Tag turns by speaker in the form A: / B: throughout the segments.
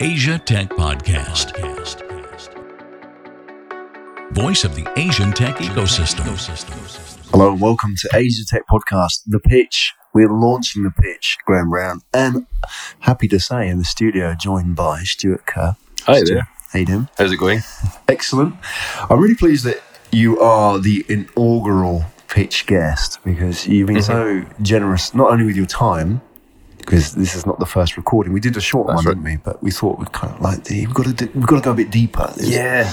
A: Asia Tech Podcast. Voice of the Asian Tech Ecosystem.
B: Hello and welcome to Asia Tech Podcast, The Pitch. We're launching The Pitch, Graham Brown, and happy to say in the studio, joined by Stuart Kerr.
C: Hi
B: Stuart,
C: there.
B: How you doing?
C: How's it going?
B: Excellent. I'm really pleased that you are the inaugural pitch guest because you've been
C: Mm-hmm.
B: so generous, not only with your time, because this is not the first recording. We did a short one,
C: right.
B: didn't we? But we thought we'd kind of like, we've got to, do, we've got to go a bit deeper.
C: Yeah.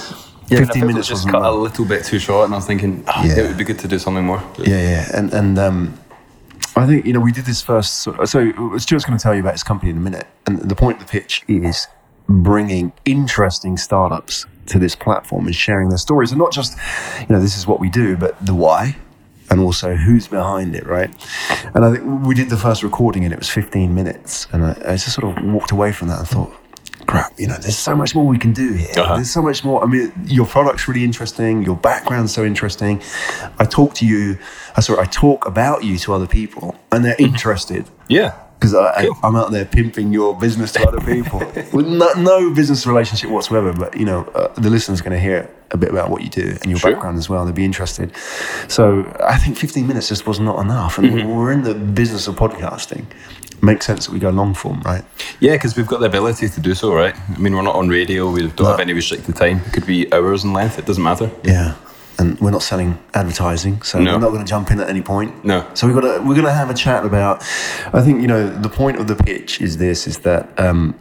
B: 15 minutes
C: just
B: wasn't
C: cut a
B: bad.
C: little bit too short, and I was thinking "Ah,
B: Yeah.
C: it would be good to do something more.
B: Yeah, yeah, and and um, I think you know we did this first. So, so Stuart's going to tell you about his company in a minute, and the point of the pitch is bringing interesting startups to this platform and sharing their stories, and not just you know this is what we do, but the why. And also, who's behind it, right? And I think we did the first recording, and it was 15 minutes. And I, I just sort of walked away from that and thought, "Crap, you know, there's so much more we can do here.
C: Uh-huh.
B: There's there's so much more. I mean, your product's really interesting. Your background's so interesting. I talk to you. I sorry, I talk about you to other people, and they're interested
C: Mm-hmm. Yeah.
B: because I, I, I'm out there pimping your business to other people with no, no business relationship whatsoever. But you know, uh, the listener's going to hear a bit about what you do and your
C: Sure.
B: background as well. They'll be interested. So I think 15 minutes just was not enough, and
C: Mm-hmm.
B: we're in the business of podcasting. Makes sense that we go long form, right?
C: Yeah, because we've got the ability to do so, right? I mean, we're not on radio, we don't have any restricted time. It could be hours in length, it doesn't matter.
B: Yeah. And we're not selling advertising, so
C: No.
B: we're not going to jump in at any point.
C: No.
B: So we've got to, we're going to have a chat about. I think you know the point of the pitch is this: is that um,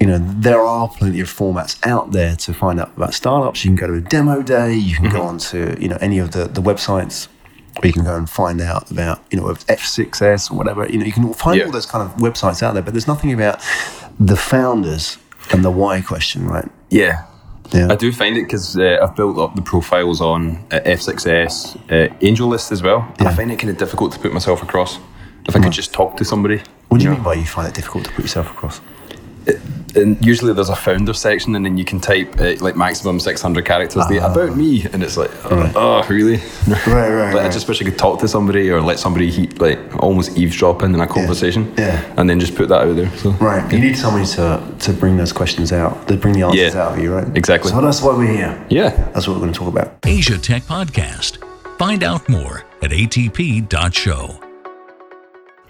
B: you know there are plenty of formats out there to find out about startups. You can go to a demo day. You can
C: Mm-hmm.
B: go on to you know any of the the websites. Or you can go and find out about you know F6s or whatever. You know you can find
C: Yeah.
B: all those kind of websites out there, but there's nothing about the founders and the why question, right?
C: Yeah.
B: Yeah.
C: I do find it because uh, I've built up the profiles on uh, F6S, uh, Angel List as well. And I
B: Yeah.
C: find it kind of difficult to put myself across. If I could just talk to somebody.
B: What do you
C: know.
B: mean by you find it difficult to put yourself across?
C: and usually there's a founder section and then you can type uh, like maximum 600 characters the
B: Ah.
C: about me and it's like oh, oh, really
B: Right, right,
C: like, i
B: right.
C: just wish i could talk to somebody or let somebody he, like almost eavesdrop in in a conversation
B: yeah.
C: and then just put that out there so
B: Right. You need somebody to, to bring those questions out, to bring the answers
C: Yeah,
B: out of you, right?
C: exactly.
B: So that's why we're here.
C: yeah
B: That's what we're going to talk about.
A: Asia Tech Podcast. Find out more at atp.show.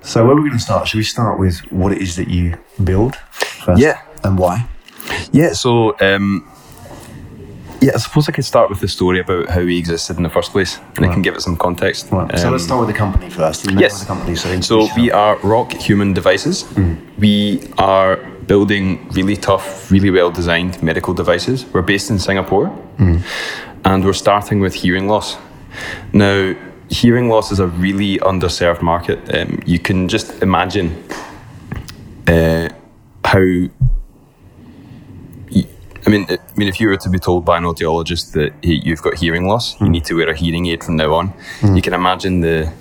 B: So where are we going to start? Should we start with what it is that you build first?
C: Yeah.
B: And why?
C: yeah so um yeah, I suppose I could start with the story about how he existed in the first place, and I can give it some context.
B: Right. so
C: Um,
B: let's start with the company first. The name
C: Yes.
B: of the company. So,
C: So we are Rock Human Devices. We are building really tough, really well designed medical devices. We're based in Singapore and we're starting with hearing loss. Now, hearing loss is a really underserved market. Um, you can just imagine uh, how I mean, I mean, if you were to be told by an audiologist that hey, you've got hearing loss, you need to wear a hearing aid from now on, you can imagine the,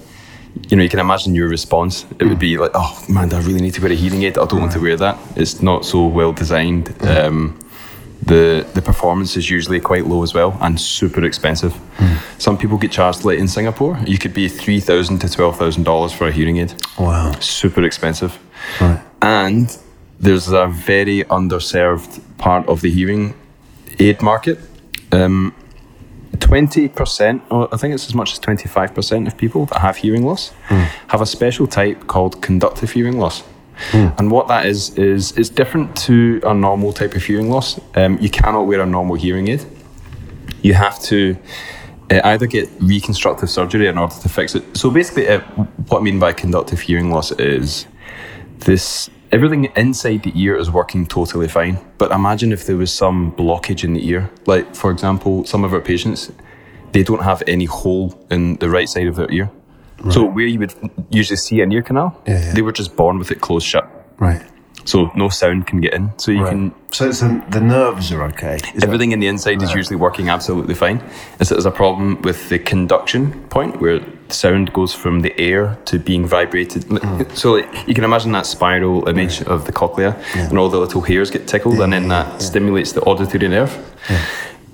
C: you know, you can imagine your response. It would be like, oh man, I really need to wear a hearing aid. I don't want to wear that. It's not so well designed. Um, the the performance is usually quite low as well and super expensive. Some people get charged like in Singapore, you could be three thousand to twelve thousand dollars for a hearing aid
B: wow.
C: super expensive.
B: Right.
C: And there's a very underserved part of the hearing aid market. Um, 20%, or I think it's as much as 25% of people that have hearing loss have a special type called conductive hearing loss. And what that is, is it's different to a normal type of hearing loss. Um, you cannot wear a normal hearing aid you have to uh, either get reconstructive surgery in order to fix it. So basically, uh, what I mean by conductive hearing loss is this everything inside the ear is working totally fine. But imagine if there was some blockage in the ear. Like, for example, some of our patients, they don't have any hole in the right side of their ear. So where you would usually see an ear canal,
B: Yeah, yeah.
C: they were just born with it closed shut.
B: Right.
C: So no sound can get in. So you can
B: So it's the, the nerves are okay. Is that-
C: Everything in the inside is usually working absolutely fine. It's that there's a problem with the conduction point where sound goes from the air to being vibrated. So like, you can imagine that spiral image of the cochlea and all the little hairs get tickled, and then that stimulates the auditory nerve.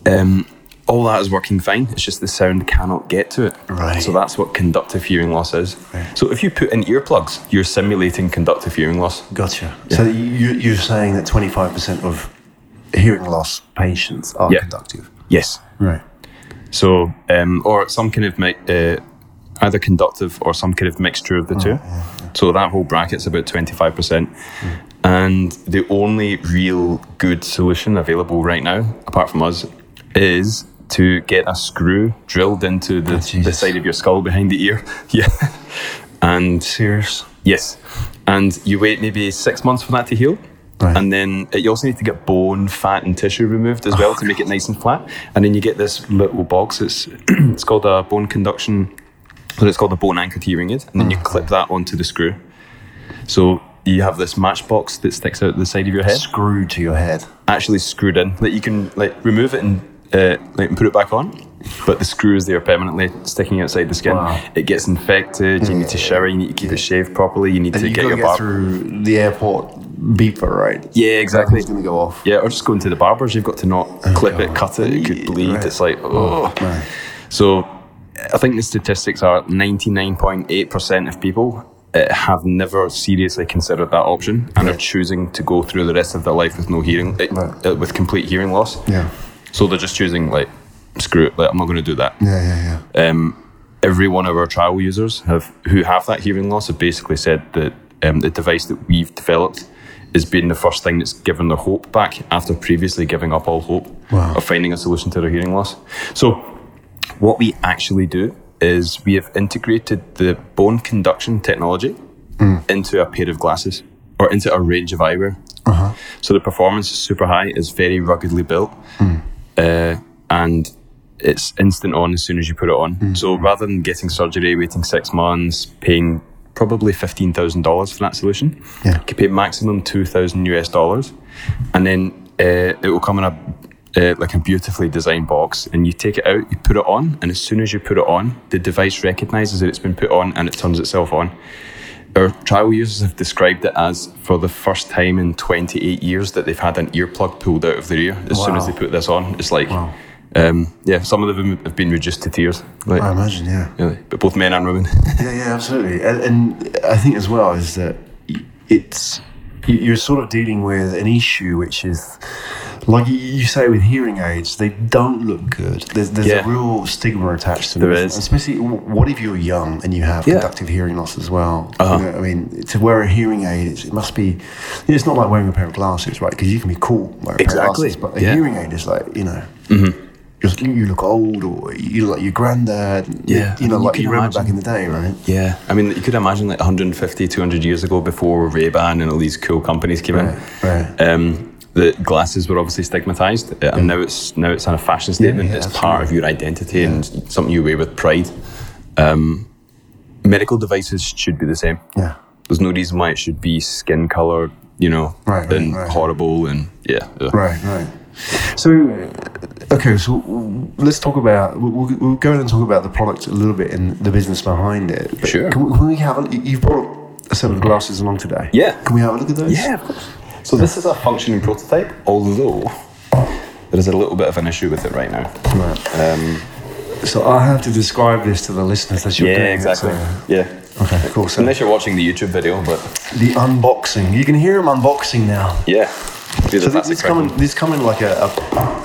C: Um, all that is working fine. It's just the sound cannot get to it.
B: Right.
C: So that's what conductive hearing loss is. So if you put in earplugs, you're simulating conductive hearing loss.
B: Gotcha. So you, you're saying that 25% of hearing loss patients are
C: Yeah.
B: conductive.
C: Yes.
B: Right.
C: So, um, or some kind of mi- uh, either conductive or some kind of mixture of the two. So that whole bracket's about twenty five percent. And the only real good solution available right now, apart from us, is to get a screw drilled into the, the
B: Jesus.
C: side of your skull behind the ear. yeah. And
B: Serious.
C: Yes. And you wait maybe six months for that to heal.
B: Right.
C: And then uh, you also need to get bone, fat, and tissue removed as well to make it nice and flat. And then you get this little box. It's it's called a bone conduction, but it's called a bone anchored hearing aid. And then you clip that onto the screw. So you have this matchbox that sticks out the side of your head,
B: Screwed to your head.
C: actually screwed in. That you can like remove it and uh, like and put it back on, but the screw is there permanently sticking outside the skin.
B: Wow.
C: It gets infected. You need to shower. You need to keep it shaved properly. You need
B: And
C: to
B: you've
C: get
B: got to
C: your
B: get
C: barb.
B: through the airport beeper, right?
C: Yeah, exactly.
B: It's going to go off.
C: Yeah, or just going to the barbers. You've got to not clip it, cut it. It could bleed.
B: Right.
C: It's like oh.
B: Right.
C: So, I think the statistics are ninety nine point eight percent of people uh, have never seriously considered that option and are choosing to go through the rest of their life with no hearing, uh,
B: Right.
C: uh, with complete hearing loss.
B: Yeah.
C: So they're just choosing like, screw it. Like, I'm not going to do that.
B: Yeah, yeah, yeah.
C: Um, every one of our trial users have who have that hearing loss have basically said that um, the device that we've developed has been the first thing that's given their hope back after previously giving up all hope
B: Wow.
C: of finding a solution to their hearing loss. So, what we actually do is we have integrated the bone conduction technology into a pair of glasses or into a range of eyewear. So the performance is super high. It's very ruggedly built, uh, and it's instant on as soon as you put it on.
B: Mm.
C: So rather than getting surgery, waiting six months, paying probably fifteen thousand dollars for that solution,
B: Yeah.
C: you could pay maximum two thousand US dollars, and then uh, it will come in a uh, like a beautifully designed box, and you take it out, you put it on, and as soon as you put it on, the device recognizes that it's been put on and it turns itself on. Our trial users have described it as for the first time in 28 years that they've had an earplug pulled out of their ear as soon as
B: Wow.
C: they put this on. It's like, um, yeah, some of them have been reduced to tears. Like,
B: I imagine, yeah.
C: you know, but both men and women.
B: Uh, Yeah, yeah, absolutely. And, and I think as well is that y- it's you- you're sort of dealing with an issue which is like you- you say with hearing aids, they don't look good. There's, there's
C: Yeah.
B: a real stigma attached to them.
C: There is.
B: Especially, w- what if you're young and you have
C: Yeah. Uh-huh.
B: conductive hearing loss as well? You know, I mean, to wear a hearing aid, it's, it must be. It's not like wearing a pair of glasses, right? Because you can be cool wearing
C: Exactly.
B: a pair of glasses, but a
C: Yeah.
B: hearing aid is like you know. just- You look old, or you look like your granddad.
C: Yeah.
B: you know,
C: I mean, you
B: like
C: can
B: you remember
C: imagine.
B: back in the day, right?
C: Yeah, I mean, you could imagine like 150, 200 years ago, before Ray Ban and all these cool companies came
B: Right,
C: in,
B: right.
C: Um, the glasses were obviously stigmatized, uh, and now it's now it's on a fashion statement.
B: yeah,
C: it's part of your identity and something you wear with pride. Um, medical devices should be the same.
B: Yeah.
C: There's no reason why it should be skin color, you know,
B: Right, right,
C: and
B: right.
C: horrible and yeah. ugh.
B: Right, right. So, okay, so let's talk about. We'll, we'll- we'll go in and talk about the product a little bit and the business behind it. But
C: Sure.
B: Can we, can we have? A, you've brought a set of glasses along today.
C: Yeah.
B: Can we have a look at those?
C: Yeah, of course. So this is a functioning prototype, although there is a little bit of an issue with it right now.
B: Right. so I have to describe this to the listeners as you're
C: Um, Yeah,
B: doing it,
C: exactly.
B: so-
C: Yeah.
B: okay, cool. So
C: Unless you're watching the YouTube video, but
B: the unboxing. You can hear them unboxing now.
C: yeah. Do
B: So
C: the
B: this,
C: plastic
B: this come
C: wrap.
B: in, this come in like a,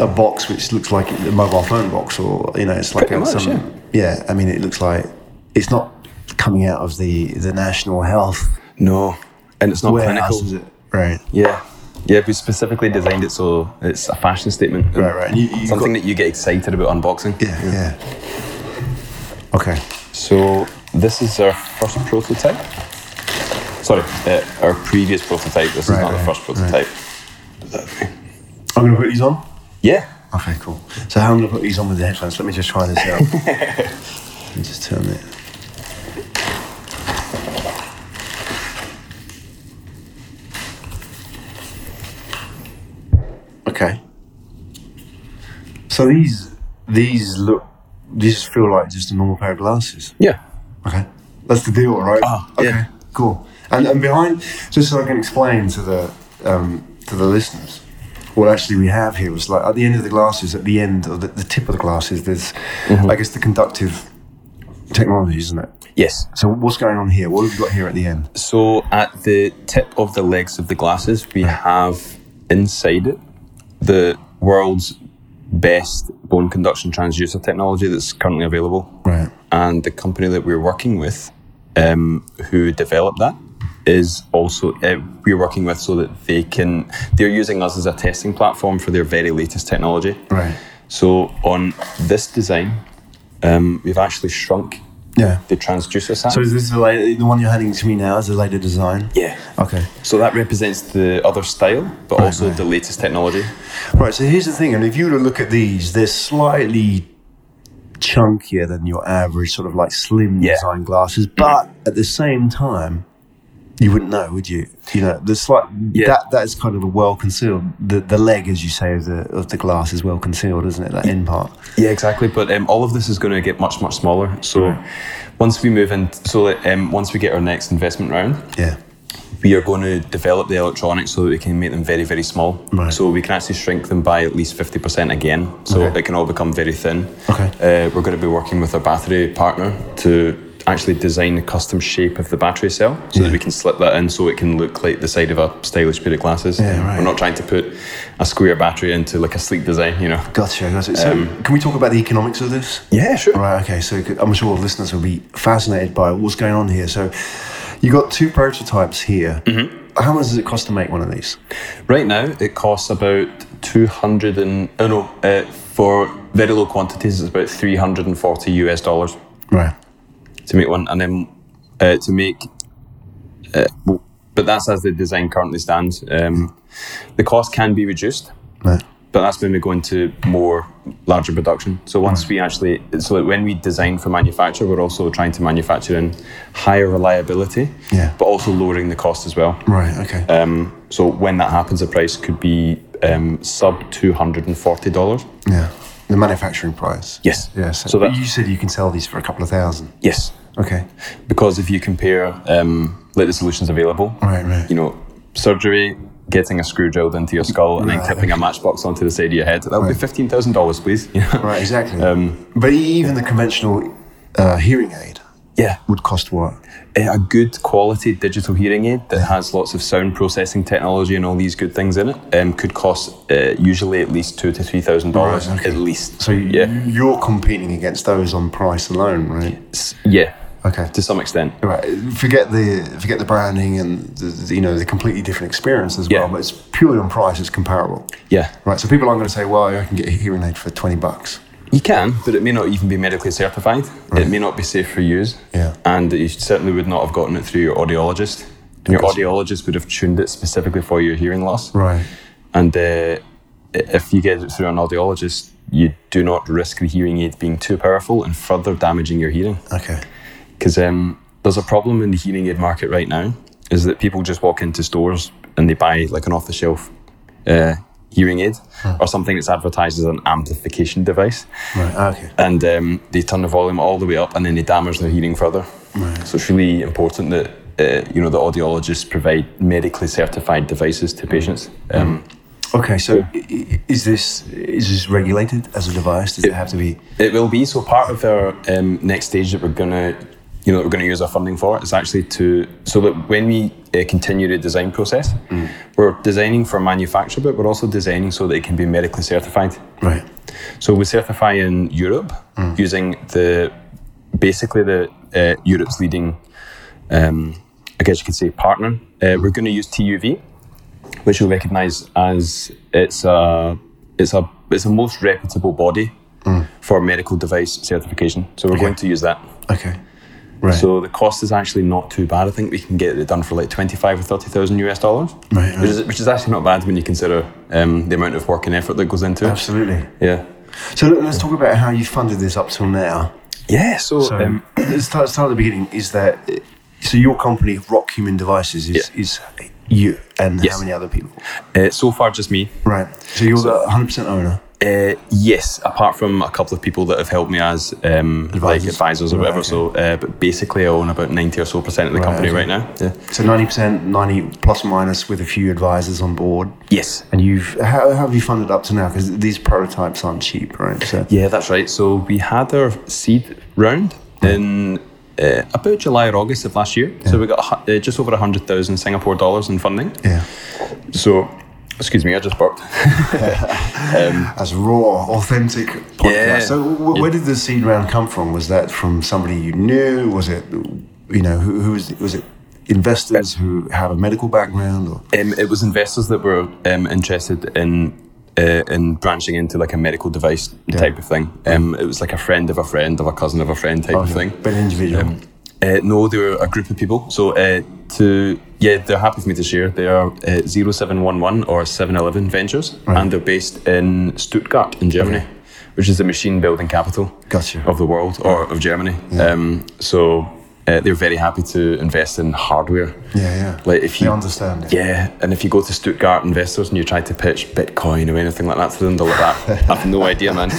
B: a, a box which looks like a mobile phone box, or you know, it's like
C: Pretty
B: a,
C: much,
B: yeah. I mean, it looks like it's not coming out of the the national health
C: No, and it's not
B: warehouse,
C: clinical.
B: is it? Right.
C: Yeah, yeah. We specifically designed it so it's a fashion statement.
B: Right, right. You- you
C: Something that you get excited about unboxing.
B: Yeah, yeah. Okay.
C: So this is our first prototype. Sorry, uh, our previous prototype. This
B: Right,
C: is not
B: right,
C: the first prototype.
B: I'm gonna put these on.
C: Yeah.
B: Okay, cool. So how am I gonna put these on with the headphones? Let me just try this out. Let me just turn it. Okay. So these these look these feel like just a normal pair of glasses.
C: Yeah.
B: Okay. That's the deal, right?
C: Ah,
B: okay.
C: yeah.
B: Cool. And and behind just so I can explain to the um, to the listeners, what actually we have here is like at the end of the glasses, at the end of the, the tip of the glasses, there's,
C: Mm-hmm.
B: I guess, the conductive technology, isn't it?
C: Yes.
B: So what's going on here? What have we got here at the end?
C: So at the tip of the legs of the glasses, we have inside it the world's best bone conduction transducer technology that's currently available.
B: Right.
C: And the company that we're working with, um, who developed that, is also uh, we're working with so that they can they're using us as a testing platform for their very latest technology.
B: Right.
C: So on this design, um, we've actually shrunk
B: Yeah.
C: the transducer size.
B: So is this the, la- the one you're handing to me now? Is the later design?
C: yeah.
B: Okay.
C: So that represents the other style, but also the latest technology.
B: Right. So here's the thing, and if you were to look at these, they're slightly chunkier than your average sort of like slim
C: Yeah.
B: design glasses, but at the same time, you wouldn't know, would you? You know, the slight
C: Yeah.
B: that that is kind of the well concealed. The the leg, as you say, of the of the glass is well concealed, isn't it? That end part.
C: Yeah, exactly. But um, all of this is going to get much, much smaller. So once we move in, so that, um, once we get our next investment round,
B: Yeah.
C: we are going to develop the electronics so that we can make them very, very small.
B: Right.
C: So we can actually shrink them by at least 50% again. So
B: Okay.
C: it can all become very thin.
B: Okay.
C: Uh, we're going to be working with our battery partner to actually design the custom shape of the battery cell so that we can slip that in so it can look like the side of a stylish pair of glasses.
B: Yeah, right.
C: We're not trying to put a square battery into like a sleek design, you know.
B: Gotcha. gotcha. So,
C: Um,
B: can we talk about the economics of this?
C: Yeah, sure.
B: Right. Okay. So I'm sure the listeners will be fascinated by what's going on here. So you got two prototypes here.
C: Mm-hmm.
B: How much does it cost to make one of these?
C: Right now, it costs about 200 and, oh no, uh, for very low quantities, it's about 340 US dollars
B: Right.
C: to make one. And then uh, to make, uh, well, but that's as the design currently stands. Um, the cost can be reduced,
B: Right.
C: but that's when we go into more larger production. So once we actually, so that when we design for manufacture, we're also trying to manufacture in higher reliability,
B: Yeah.
C: but also lowering the cost as well.
B: Right. Okay.
C: Um, so when that happens, the price could be um, sub two hundred and forty dollars.
B: yeah. The manufacturing price.
C: Yes.
B: Yeah. So,
C: So
B: but
C: that-
B: you said you can sell these for a couple of thousand.
C: Yes,
B: Okay.
C: because if you compare um, like the solutions available,
B: Right. Right.
C: you know, surgery, getting a screw drilled into your skull, and then
B: Right.
C: tipping a matchbox onto the side of your head, that'll
B: Right.
C: be fifteen thousand dollars, please. You know?
B: Right. Exactly.
C: Um,
B: but e-, even the conventional uh, hearing aid
C: Yeah,
B: would cost what?
C: Eh, a good quality digital hearing aid that has lots of sound processing technology and all these good things in it um, could cost uh, usually at least two to three thousand dollars
B: Right, okay.
C: at least.
B: So you-
C: yeah,
B: you're competing against those on price alone, right?
C: S- yeah,
B: Okay.
C: to some extent.
B: Right. Forget the forget the branding and the, the- you know the completely different experience as well.
C: Yeah.
B: But it's purely on price. It's comparable.
C: Yeah.
B: Right. So people aren't going to say, "Well, I can get a hearing aid for twenty bucks."
C: You can, but it may not even be medically certified. It may not be safe for use.
B: Yeah.
C: And you certainly would not have gotten it through your audiologist. And your
B: Because-
C: audiologist would have tuned it specifically for your hearing loss.
B: Right.
C: And uh, i- if you get it through an audiologist, you do not risk the hearing aid being too powerful and further damaging your hearing.
B: Okay.
C: Because um, there's a problem in the hearing aid market right now is that people just walk into stores and they buy like an off the shelf uh, hearing aid or something that's advertised as an amplification device
B: Right. Okay.
C: and um, they turn the volume all the way up and then they damage their hearing further. So it's really important that uh, you know the audiologists provide medically certified devices to patients. Um,
B: Okay. So i- i- is this is this regulated as a device? Does it have to be?
C: It will be so part of our um, next stage that we're gonna you know that we're gonna use our funding for is actually to so that when we uh, continue the design process, we're designing for manufacture, but we're also designing so that it can be medically certified.
B: Right.
C: So we certify in Europe
B: Hmm.
C: using the basically the uh, Europe's leading, um, I guess you could say partner. Uh, we're going to use TUV, which we recognise as it's a it's a it's a most reputable body
B: Hmm.
C: for medical device certification. So we're going to use that.
B: Okay. Right.
C: So the cost is actually not too bad. I think we can get it done for like twenty five or thirty thousand US dollars,
B: Right, right.
C: Which, is, which is actually not bad when you consider um, the amount of work and effort that goes into it.
B: Absolutely.
C: Yeah.
B: So let- let's talk about how you funded this up till now.
C: Yeah, so,
B: So
C: um,
B: let's start, start at the beginning. Is that so? Your company, Rock Human Devices, is, is You and
C: Yes.
B: how many other people?
C: Uh, so far, just me.
B: Right. So you're the 100% owner.
C: Uh, yes, apart from a couple of people that have helped me as um, like
B: Advisors.
C: advisors or
B: Right,
C: whatever.
B: okay.
C: So, uh, but basically, I own about ninety or so percent of the
B: Right,
C: company
B: okay.
C: right now. Yeah.
B: So 90%, 90 plus or minus with a few advisors on board.
C: Yes.
B: And you've, how, how have you funded up to now? Because these prototypes aren't cheap, right? So
C: Yeah, that's right. So we had our seed round in uh, about July or August of last year. So we got a hu- uh, just over hundred thousand Singapore dollars in funding.
B: yeah.
C: So, excuse me, I just burped.
B: As raw, authentic podcast.
C: Yeah.
B: So, w- where did the seed round come from? Was that from somebody you knew? Was it, you know, who, who was, was it investors who had a medical background? Or
C: Um, it was investors that were um, interested in uh, in branching into like a medical device type of thing. Um, it was like a friend of a friend of a cousin of a friend type of thing.
B: But an individual.
C: Uh, no, they were a group of people. So uh, to yeah, they're happy for me to share. They are uh, 0711 or 711 Ventures, and they're based in Stuttgart in Germany, which is the machine building capital
B: Gotcha.
C: of the world or of Germany. Um, so uh, they're very happy to invest in hardware.
B: yeah, yeah.
C: Like if
B: they
C: you
B: understand it.
C: yeah, and if you go to Stuttgart investors and you try to pitch Bitcoin or anything like that to them, they'll like that. I've no idea, man.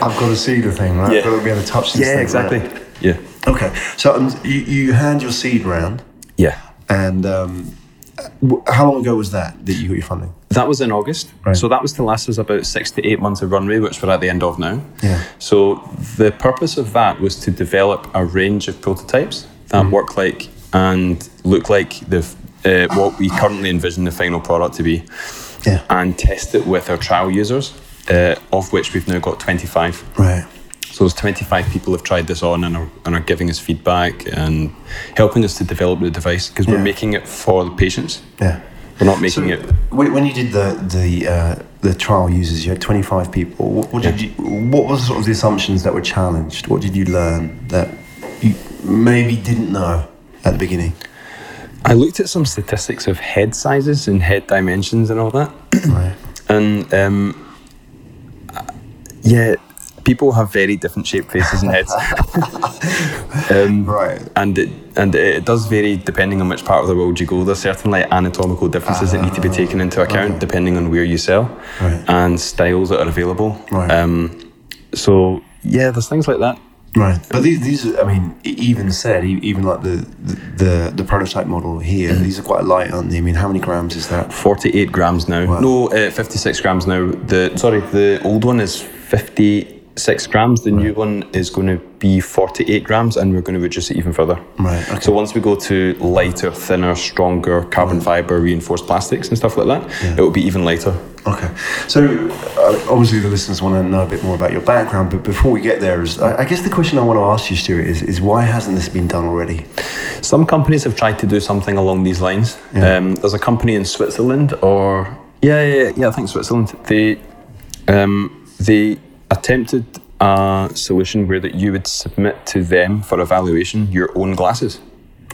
B: I've got to see the thing, right?
C: Yeah.
B: I've got to be able to touch this thing.
C: yeah,
B: right?
C: exactly. Yeah,
B: Okay, so um, you, you had your seed round,
C: yeah.
B: and um, w- how long ago was that that you got your funding?
C: That was in August.
B: Right.
C: So that was to last us about six to eight months of runway, which we're at the end of now.
B: Yeah.
C: So the purpose of that was to develop a range of prototypes
B: Mm-hmm.
C: that work like and look like the f- uh, what we currently envision the final product to be,
B: Yeah.
C: and test it with our trial users, uh, of which we've now got 25.
B: Right.
C: So there's 25 people have tried this on and are, and are giving us feedback and helping us to develop the device because we're
B: Yeah.
C: making it for the patients.
B: Yeah.
C: We're not
B: So
C: making it
B: when when you did the the uh, the trial users, you had twenty five people. What, what did you? What was sort of the assumptions that were challenged? What did you learn that you maybe didn't know at the beginning?
C: I looked at some statistics of head sizes and head dimensions and all that,
B: right.
C: and um, uh, yeah, people have very different shaped faces and heads, um,
B: Right.
C: and it, and it does vary depending on which part of the world you go. There's certain like anatomical differences that need to be taken into account depending on where you sell
B: Ah, Right.
C: and styles that are available.
B: Right.
C: Um, so yeah, there's things like that.
B: Right, but these, these are, I mean, e- even said, e- even like the the, the prototype model here,
C: Mm-hmm.
B: these are quite light, aren't they? I mean, how many grams is that?
C: 48 grams now. No, uh, 56 grams now. The sorry, the old one is 56 grams. The new one is going to be 48 grams, and we're going to reduce it even further.
B: Right, okay.
C: So once we go to lighter, thinner, stronger carbon fiber reinforced plastics and stuff like that, it will be even lighter.
B: Okay, so uh, obviously the listeners want to know a bit more about your background, but before we get there, is I, I guess the question I want to ask you, Stuart, is is why hasn't this been done already?
C: Some companies have tried to do something along these lines.
B: Yeah.
C: Um, there's a company in Switzerland, or yeah, yeah, yeah, yeah, I think Switzerland. They um, they attempted a solution where that you would submit to them for evaluation your own glasses,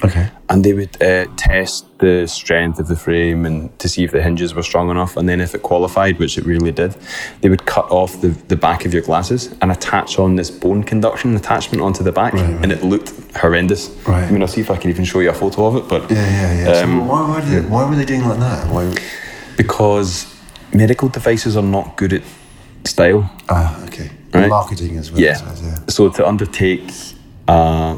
B: Okay,
C: and they would uh, test the strength of the frame and to see if the hinges were strong enough. And then if it qualified, which it really did, they would cut off the, the back of your glasses and attach on this bone conduction attachment onto the back,
B: Right, right.
C: and it looked horrendous.
B: Right.
C: I mean, I'll see if I can even show you a photo of it, but
B: yeah, yeah, yeah.
C: Um,
B: so why why, did they, why were they doing like that? Why?
C: because medical devices are not good at style.
B: Ah, okay.
C: Right.
B: Marketing as well. I
C: Yeah.
B: suppose, yeah.
C: So to undertake, uh,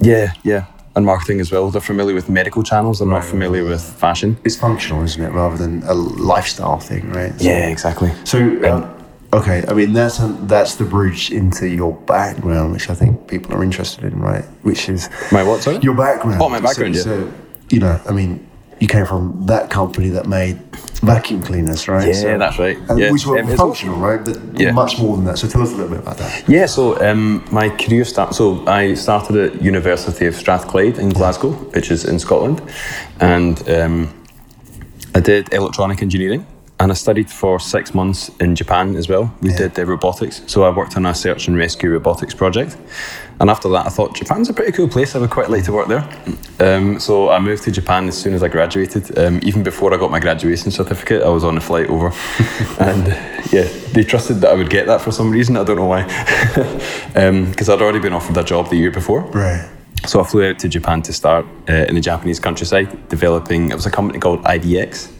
C: yeah, yeah, and marketing as well. They're familiar with medical channels. They're not familiar with fashion.
B: It's functional, isn't it, rather than a lifestyle thing, right? So-
C: Yeah, exactly.
B: So, um, okay, I mean that's that's the bridge into your background, which I think people are interested in, right? Which is
C: My what, sorry?
B: Your background.
C: Oh, my background,
B: So,
C: yeah.
B: so, you know, I mean, you came from that company that made vacuum cleaners, right?
C: Yeah, that's right.
B: And
C: Yeah.
B: Which were
C: Um, it's-
B: functional, right? But
C: Yeah.
B: much more than that. So tell us a little bit about that.
C: Yeah, so um, my career start. So I started at University of Strathclyde in Glasgow, which is in Scotland, and um, I did electronic engineering. And I studied for six months in Japan as well. We did uh, robotics, so I worked on a search and rescue robotics project. And after that, I thought Japan's a pretty cool place. I would quite like to work there. Um, so I moved to Japan as soon as I graduated. Um, even before I got my graduation certificate, I was on a flight over, and yeah, they trusted that I would Um, get that for some reason. I don't know why, because I'd already been offered a job the year before.
B: Right.
C: So I flew out to Japan to start uh, in the Japanese countryside, developing. It was a company called IDX.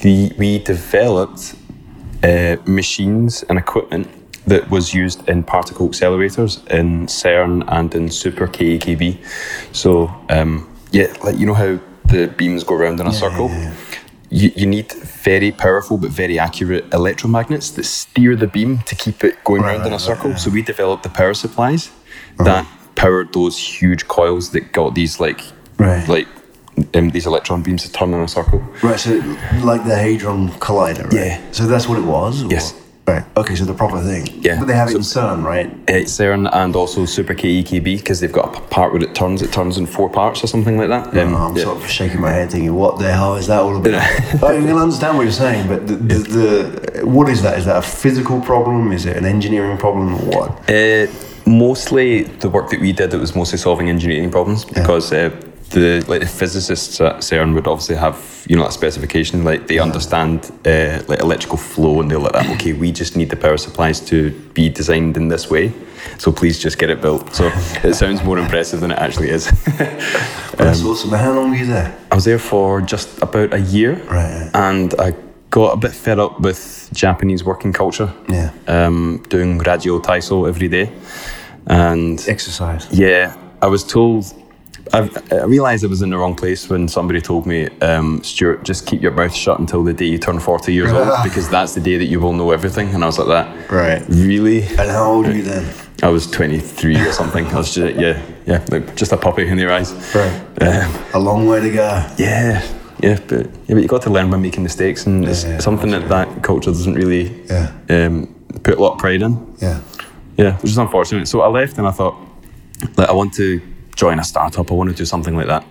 C: The, we developed uh, machines and equipment that was used in particle accelerators in CERN and in Super KEKB. So um, yeah, like you know how the beams go round in a circle. You, you need very powerful but very accurate electromagnets that steer the beam to keep it going round in a circle. So we developed the power supplies that powered those huge coils that got these like
B: Right.
C: like um, these electron beams to turn in a circle.
B: Right, so like the Hadron Collider, right?
C: Yeah.
B: So that's what it was? or-
C: Yes.
B: Right. Okay, so the proper thing.
C: Yeah.
B: But they have it
C: So-
B: in CERN, right?
C: Uh, CERN and also Super E KEKB because they've got a p- part where it turns. It turns in four parts or something like that. Um,
B: Oh, I'm
C: yeah.
B: sort of shaking my head thinking, what the hell is that all about? I can understand what you're saying, but the, the, the, what is that? Is that a physical problem? Is it an engineering problem or what?
C: Uh, mostly the work that we did, it was mostly solving engineering problems because uh, the like the physicists at CERN would obviously have you know a specification like they understand uh, like electrical flow and they're like that. Okay, we just need the power supplies to be designed in this way, so please just get it built. So it sounds more impressive than it actually is.
B: That's awesome. How long were you there?
C: I was there for just about a year,
B: Right.
C: and I got a bit fed up with Japanese working culture.
B: Yeah.
C: Um, doing radio Taiso every day, and
B: Exercise.
C: yeah, I was told. I, I realised I was in the wrong place when somebody told me, um, Stuart, just keep your mouth shut until the day you turn 40 years old because that's the day that you will know everything. And I was like, that.
B: Right.
C: Really?
B: And how old are you then?
C: I was 23 or something. I was just, yeah, yeah, like just a puppy in their eyes.
B: Right.
C: Um,
B: A long way to go.
C: yeah, yeah, but yeah, but you got to learn by making mistakes, and it's
B: yeah,
C: something that that culture doesn't really
B: Yeah.
C: um, put a lot of pride in.
B: Yeah.
C: Yeah, which is unfortunate. So I left, and I thought, like, I want to join a startup. I want to do something like that.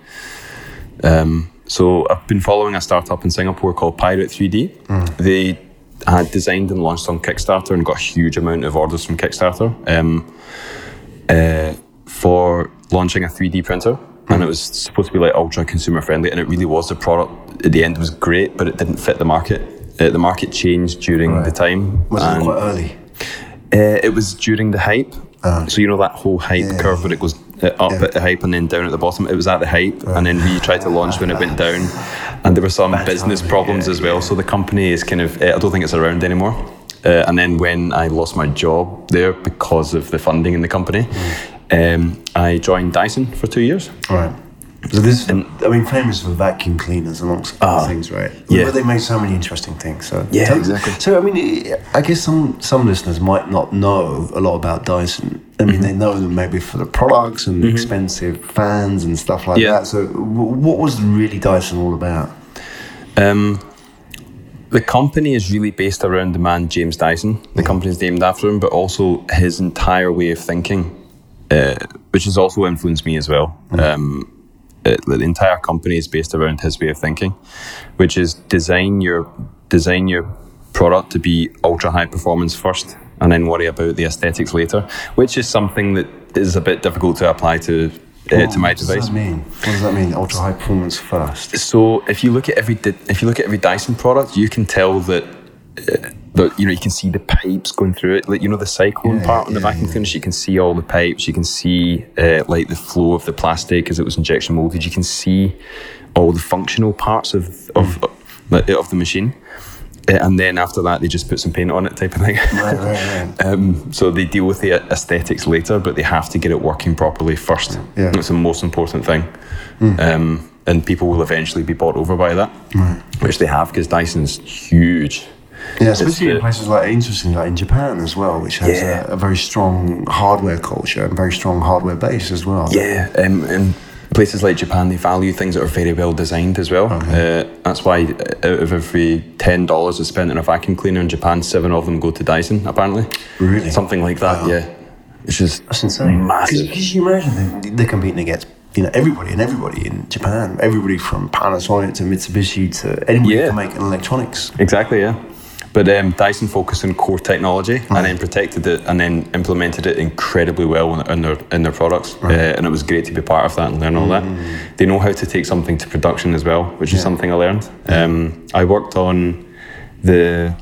C: Um, so I've been following a startup in Singapore called Pirate 3D.
B: Mm.
C: They had designed and launched on Kickstarter and got a huge amount of orders from Kickstarter. Um, uh, for launching a 3D printer. And it was supposed to be like ultra consumer friendly, and it really was. The product at the end was great, but it didn't fit the market. Uh, the market changed during the time.
B: Was it
C: and,
B: quite early?
C: uh, it was during the hype. so you know that whole hype curve where it goes uh, up
B: Ah, Yeah. Ah.
C: at the hype and then down at the bottom. It was at the hype, and then we tried to launch when it went down, and there were some business
B: timing,
C: problems
B: yeah,
C: as well. So the company is kind of uh, I don't think it's around anymore. Uh, and then when I lost my job there because of the funding in the company,
B: Mm.
C: um, I joined Dyson for two years.
B: Right. So this, I mean, famous for vacuum cleaners amongst other things, right?
C: Ah, yeah.
B: But they made so many interesting things. So
C: Yeah,
B: so,
C: exactly.
B: So I mean, I guess some some listeners might not know a lot about Dyson. I
C: Mm-hmm.
B: mean, they know them maybe for the products and the expensive fans and stuff like
C: Yeah.
B: that. So w- what was really Dyson all about?
C: Um, the company is really based around the man James Dyson. The company's named after him, but also his entire way of thinking, uh, which has also influenced me as well. Um, it, the entire company is based around his way of thinking, which is design your design your product to be ultra high performance first, and then worry about the aesthetics later, which is something that is a bit difficult to apply to uh, to my
B: what
C: device.
B: does that mean? What does that mean? Ultra high performance first.
C: So if you look at every Dy- if you look at every Dyson product, you can tell that. Uh, that you know, you can see the pipes going through it. Like you know, the cyclone
B: Yeah,
C: part on the
B: yeah,
C: vacuum cleaners. You can see all the pipes. You can see uh, like the flow of the plastic as it was injection molded. You can see all the functional parts of of like, of the machine. Uh, and then after that, they just put some paint on it, type of thing.
B: Right, right, right.
C: Um, so they deal with the a- aesthetics later, but they have to get it working properly first.
B: Yeah. Hmm.
C: That's the most important thing. Um, and people will eventually be bought over by that, which they have because Dyson's huge.
B: Yeah, especially in
C: the-
B: places like interesting, like in Japan as well, which has
C: Yeah.
B: a, a very strong hardware culture and very strong hardware base as well.
C: Yeah, um, and places like Japan, they value things that are very well designed as well. Uh, that's why uh, out of every ten dollars that's spent on a vacuum cleaner in Japan, seven of them go to Dyson. Apparently,
B: Really?
C: something like that. Yeah, which is
B: That's insane.
C: massive.
B: Because you imagine they- they're competing against you know everybody and everybody in Japan, everybody from Panasonic to Mitsubishi to anybody
C: Yeah.
B: who can make electronics.
C: Exactly, yeah. But um, Dyson focused on core technology and then protected it and then implemented it incredibly well in, in their in their products. Uh, and it was great to be part of that and learn all that. They know how to take something to production as well, which is something I learned. Um, I worked on the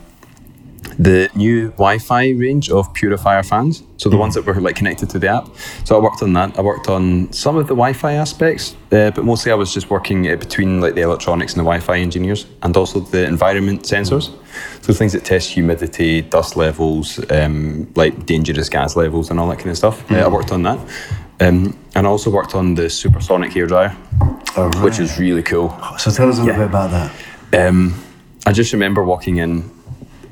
C: the new Wi-Fi range of purifier fans. So the ones that were like connected to the app. So I worked on that. I worked on some of the Wi-Fi aspects, uh, but mostly I was just working uh, between like the electronics and the Wi-Fi engineers, and also the environment sensors. So things that test humidity, dust levels, um, like dangerous gas levels, and all that kind of stuff. Uh, I worked on that, um, and I also worked on the supersonic hairdryer, which is really cool.
B: So tell us a little bit about that.
C: Um, I just remember walking in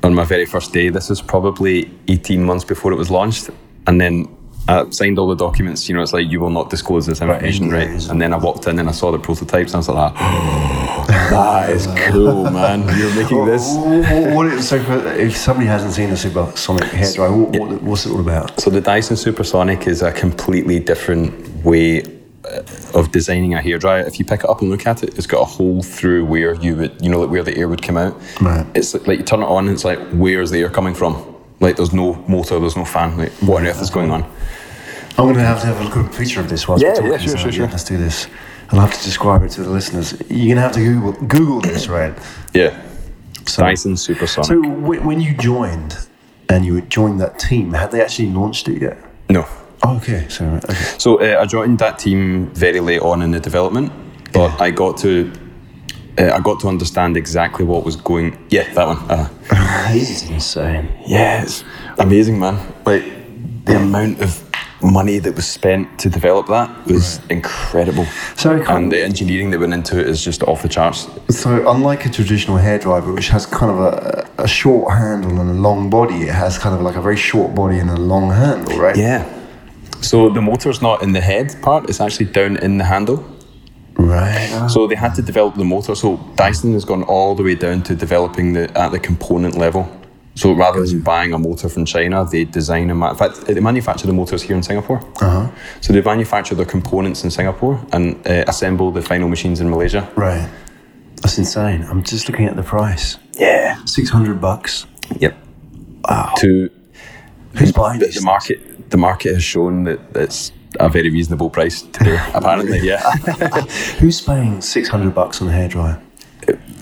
C: on my very first day. This was probably 18 months before it was launched. And then I signed all the documents. You know, it's like, you will not disclose this information, right? And then I walked in and I saw the prototypes and I was like, "Ah, that is cool, man. You're making this.
B: What, what is, so for, if somebody hasn't seen the supersonic hairdryer, what, what, what's it all about?
C: So the Dyson Supersonic is a completely different way uh, of designing a hairdryer. If you pick it up and look at it, it's got a hole through where you would, you know, like where the air would come out.
B: Right.
C: It's like, like you turn it on, and it's like where's the air coming from? Like there's no motor, there's no fan. Like what on earth is going on?
B: I'm going to have to have a look at a picture of this whilst we're
C: Yeah,
B: talking.
C: yeah, sure,
B: so,
C: sure, sure.
B: Let's do this. I'll have to describe it to the listeners. You're going to have to Google, Google this, right?
C: Yeah.
B: So-
C: Dyson Supersonic.
B: So w- when you joined and you joined that team, had they actually launched it yet?
C: no,
B: Oh, okay. So, okay.
C: So uh, I joined that team very late on in the development, but I got to uh, I got to understand exactly what was going. Yeah, that one. Uh,
B: This is insane.
C: yeah, it's amazing, man. Like the amount of money that was spent to develop that was incredible.
B: So I can't-
C: and the engineering that went into it is just off the charts.
B: So, unlike a traditional hairdryer, which has kind of a, a short handle and a long body, it has kind of like a very short body and a long handle, right?
C: Yeah. So the motor's not in the head part; it's actually down in the handle.
B: Right.
C: So they had to develop the motor. So Dyson has gone all the way down to developing the at the component level. So rather than buying a motor from China, they design and ma- in fact they manufacture the motors here in Singapore. Uh-huh. So they manufacture the components in Singapore and uh, assemble the final machines in Malaysia.
B: Right. That's insane. I'm just looking at the price.
C: Yeah.
B: 600 bucks.
C: Yep. Wow. To
B: Who's buying
C: the,
B: this?
C: the market, the market has shown that it's a very reasonable price today. apparently, yeah.
B: Who's paying 600 bucks on a hairdryer?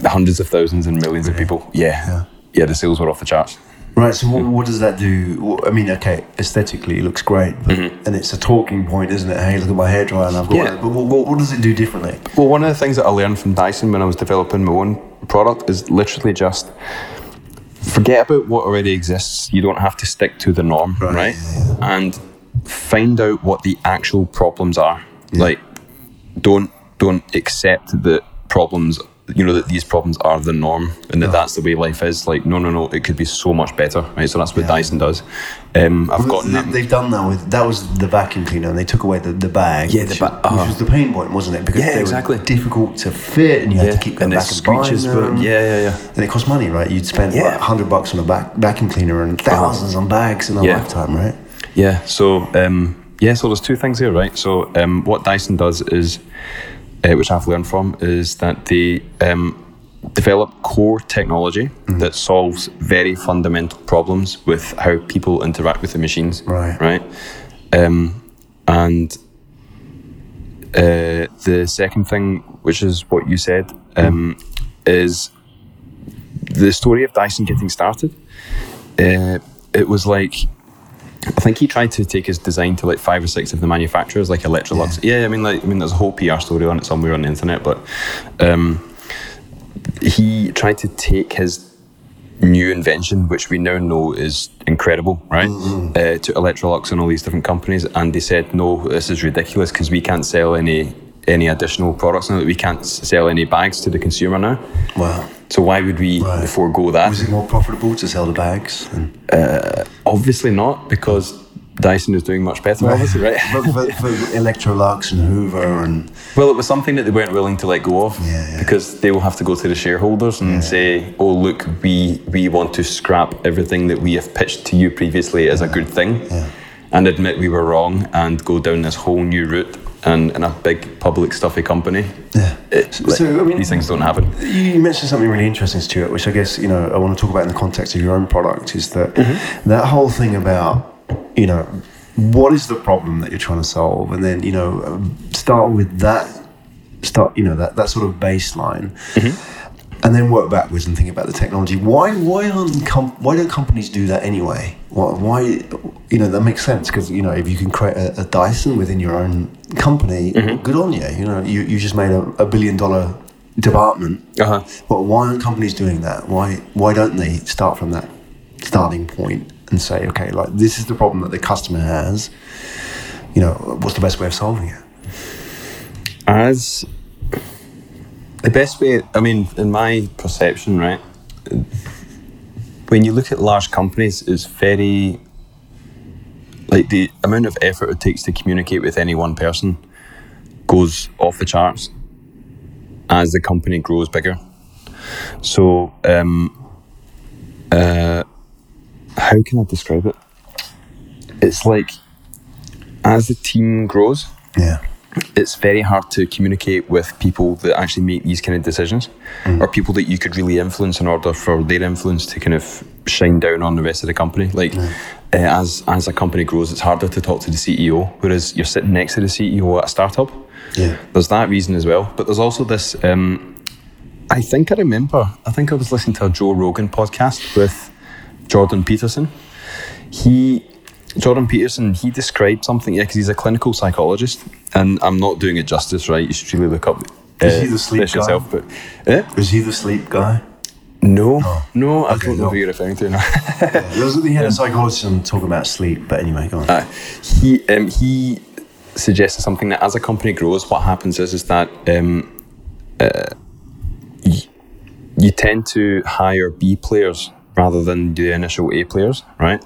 C: Hundreds of thousands and millions of people.
B: Yeah.
C: Yeah. Yeah. The sales were off the charts.
B: Right, so what, what does that do? Wha- I mean, okay, aesthetically it looks great, but, and it's a talking point, isn't it? Hey, look at my hairdryer and I've got
C: Yeah.
B: it. But what, what, what does it do differently?
C: Well, one of the things that I learned from Dyson when I was developing my own product is literally just forget about what already exists. You don't have to stick to the norm, right? And find out what the actual problems are. Like, don't don't accept that problems. You know that these problems are the norm, and that that's the way life is. Like, no, no, no, it could be so much better, right? So that's what Dyson does. Um, I've gotten that.
B: They, have done that with that was the vacuum cleaner, and they took away the, the bag.
C: Yeah, the
B: which,
C: ba- uh-huh.
B: which was the pain point, wasn't it? Because
C: Yeah,
B: they were
C: exactly.
B: difficult to fit, and you had to keep going
C: and it
B: back and buying
C: screeches,
B: them.
C: but yeah, yeah, yeah.
B: and it cost money, right? You'd spend
C: Yeah. Uh-huh.
B: like hundred bucks on a back, vacuum cleaner and thousands on bags in a
C: Yeah.
B: lifetime, right?
C: Yeah. So um, yeah. So there's two things here, right? So um, what Dyson does is, uh, which I've learned from, is that they um, develop core technology that solves very fundamental problems with how people interact with the machines.
B: Right.
C: Right. Um, and uh, the second thing, which is what you said, um, is the story of Dyson getting started. Uh, it was like I think he tried to take his design to like five or six of the manufacturers, like Electrolux. Yeah, I mean, like I mean, there's a whole PR story on it somewhere on the internet, but um, he tried to take his new invention, which we now know is incredible, right,
B: Mm-hmm.
C: uh, to Electrolux and all these different companies, and they said, no, this is ridiculous because we can't sell any any additional products now. We can't s- sell any bags to the consumer now.
B: Wow.
C: So why would we
B: Right.
C: forego that?
B: Was it more profitable to sell the bags? And,
C: Obviously not, because Dyson is doing much better, obviously, right?
B: but for, for Electrolux and Hoover and
C: Well, it was something that they weren't willing to let go of
B: Yeah, yeah.
C: because they will have to go to the shareholders and say, "Oh, look, we we want to scrap everything that we have pitched to you previously as a good thing, and admit we were wrong, and go down this whole new route." And in a big public stuffy company,
B: yeah.
C: it-
B: So, I mean-
C: these things don't happen.
B: You mentioned something really interesting, Stuart, which I guess you know I want to talk about in the context of your own product is that that whole thing about you know what is the problem that you're trying to solve, and then you know um, start with that start you know that that sort of baseline. and then work backwards and think about the technology. Why why aren't com- why don't companies do that anyway? Why, why you know that makes sense because you know if you can create a, a Dyson within your own company, good on you. You know you, you just made a, a billion dollar department.
C: Uh-huh.
B: But why aren't companies doing that? Why why don't they start from that starting point and say okay like this is the problem that the customer has. You know what's the best way of solving it?
C: As the best way, I mean, in my perception, right? When you look at large companies, it's very like the amount of effort it takes to communicate with any one person goes off the charts as the company grows bigger. So, um, uh, how can I describe it? It's like as the team grows,
B: Yeah.
C: it's very hard to communicate with people that actually make these kind of decisions or people that you could really influence in order for their influence to kind of shine down on the rest of the company like uh, as as a company grows it's harder to talk to the ceo whereas you're sitting next to the ceo at a startup
B: Yeah.
C: there's that reason as well but there's also this um, i think i remember i think i was listening to a joe rogan podcast with jordan peterson he Jordan Peterson he described something yeah because he's a clinical psychologist and I'm not doing it justice right you should really look up uh,
B: Is he the sleep
C: this
B: guy?
C: yourself but eh?
B: Is he the sleep guy?
C: no no I
B: Oh. Okay,
C: don't know
B: no.
C: who you're referring to now
B: Those are the head of psychologists and talking about sleep, but anyway, go on.
C: Uh, he um, he suggested something that as a company grows, what happens is is that um, uh, y- you tend to hire B players rather than the initial A players, right?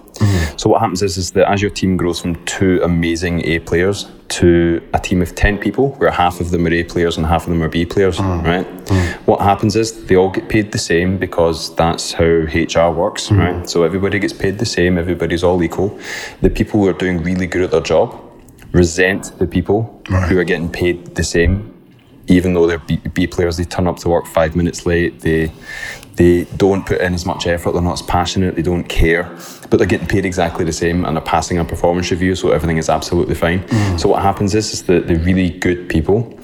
C: So what happens is is that as your team grows from two amazing A players to a team of ten people, where half of them are A players and half of them are B players, right? What happens is they all get paid the same because that's how HR works, right? So everybody gets paid the same, everybody's all equal. The people who are doing really good at their job resent the people who are getting paid the same even though they're B, B players, they turn up to work five minutes late. They they don't put in as much effort. They're not as passionate. They don't care, but they're getting paid exactly the same and they're passing a performance review, so everything is absolutely fine. So what happens is is that the really good people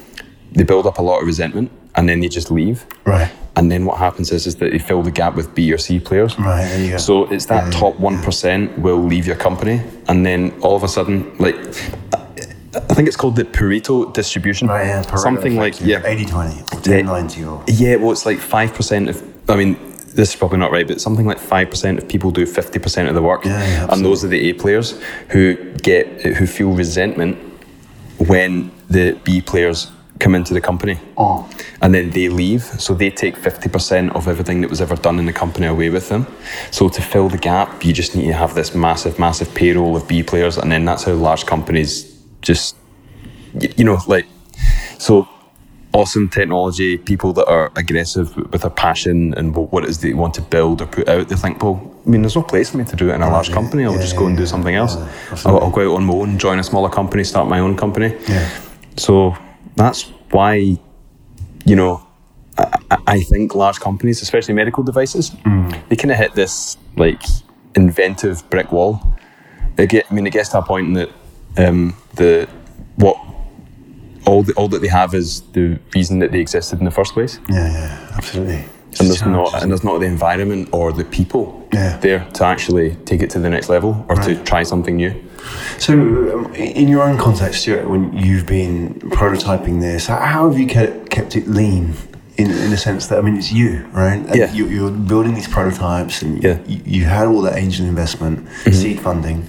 C: they build up a lot of resentment and then they just leave.
B: Right.
C: And then what happens is is that they fill the gap with B or C players.
B: Right, there you go. Mm,
C: So it's that top one percent will leave your company, and then all of a sudden, like I think it's called the Pareto distribution,
B: Right, yeah, Pareto
C: something like yeah,
B: 80 20 or 10 90 or.
C: yeah, well, it's like five percent of. I mean, this is probably not right, but something like five percent of people do fifty percent of the work,
B: Yeah, yeah,
C: and
B: absolutely.
C: those are the A players who get who feel resentment when the B players come into the company,
B: Oh.
C: and then they leave. So they take fifty percent of everything that was ever done in the company away with them. So to fill the gap, you just need to have this massive, massive payroll of B players, and then that's how large companies just y- you know, like so awesome technology, people that are aggressive w- with a passion and wh- what it is they want to build or put out, they think, well, I mean, there's no place for me to do it in a large company. I'll
B: Oh, yeah,
C: just go and do something else. I'll,
B: absolutely.
C: I'll go out on my own, join a smaller company, start my own company.
B: Yeah.
C: So that's why, you know, I, I- I think large companies, especially medical devices,
B: Mm.
C: they kind of hit this like inventive brick wall. They get, I mean, it gets to a point that um, the what all the, all that they have is the reason that they existed in the first place,
B: Yeah, yeah, absolutely.
C: and there's not and there's not the environment or the people
B: Yeah.
C: there to actually take it to the next level or to try something new.
B: So, um, in your own context, Stuart, when you've been prototyping this, h- how have you kept, kept it lean? In, in the sense that, I mean, it's you, right? And
C: Yeah.
B: You, you're building these prototypes and
C: Yeah. Mm-hmm.
B: you, you had all that angel investment, seed funding.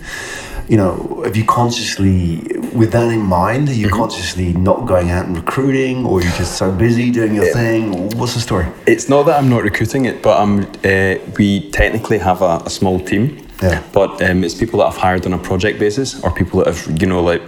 B: You know, have you consciously, with that in mind, are
C: Mm-hmm.
B: you consciously not going out and recruiting or are you just so busy doing your thing? What's the story?
C: It's not that I'm not recruiting it, but I'm. Uh, we technically have a, a small team,
B: Yeah.
C: but um, it's people that I've hired on a project basis, or people that have, you know, like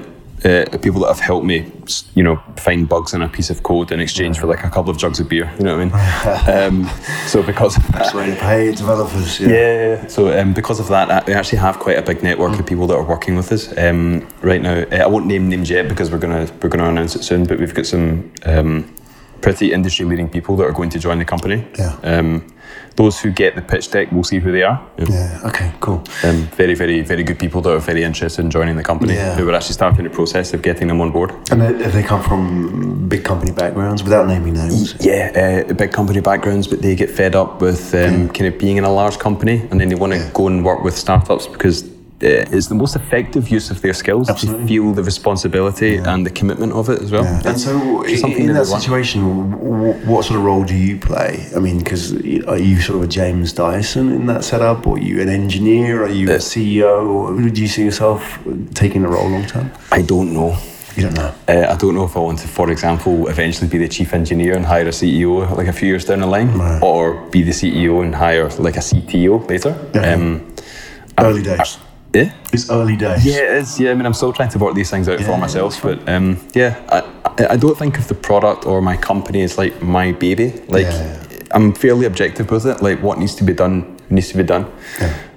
C: uh, people that have helped me, s- you know, find bugs in a piece of code in exchange for like a couple of jugs of beer. You know what I mean? um, so because of that,
B: That's where you pay developers. Yeah.
C: yeah. So um, because of that, I- we actually have quite a big network of people that are working with us um, right now. Uh, I won't name names yet because we're gonna we're gonna announce it soon. But we've got some um, pretty industry leading people that are going to join the company.
B: Yeah.
C: Um, those who get the pitch deck, we'll see who they are.
B: Yeah. Okay. Cool.
C: Um, very, very, very good people that are very interested in joining the company
B: Yeah.
C: who are actually starting the process of getting them on board.
B: And they, they come from big company backgrounds without naming names.
C: Yeah, uh, big company backgrounds, but they get fed up with um,
B: Mm.
C: kind of being in a large company, and then they want to go and work with startups because uh, it's the most effective use of their skills.
B: Absolutely.
C: They feel the responsibility and the commitment of it as well.
B: And so,
C: It's
B: in,
C: something
B: in
C: that
B: that
C: they want.
B: situation, w- what sort of role do you play? I mean, because are you sort of a James Dyson in that setup? Or are you an engineer? Are you a CEO? Or do you see yourself taking the role long term?
C: I don't know.
B: You don't know.
C: Uh, I don't know if I want to, for example, eventually be the chief engineer and hire a CEO like a few years down the line,
B: Right.
C: or be the CEO and hire like a CTO later.
B: Yeah.
C: Um,
B: Early days.
C: yeah.
B: It's early days.
C: uh, Yeah, it is. Yeah, I mean, I'm still trying to work these things out
B: Yeah,
C: for myself, but um, yeah, I, I- I don't think of the product or my company as like my baby. Like,
B: Yeah.
C: I'm fairly objective with it. Like, what needs to be done needs to be done.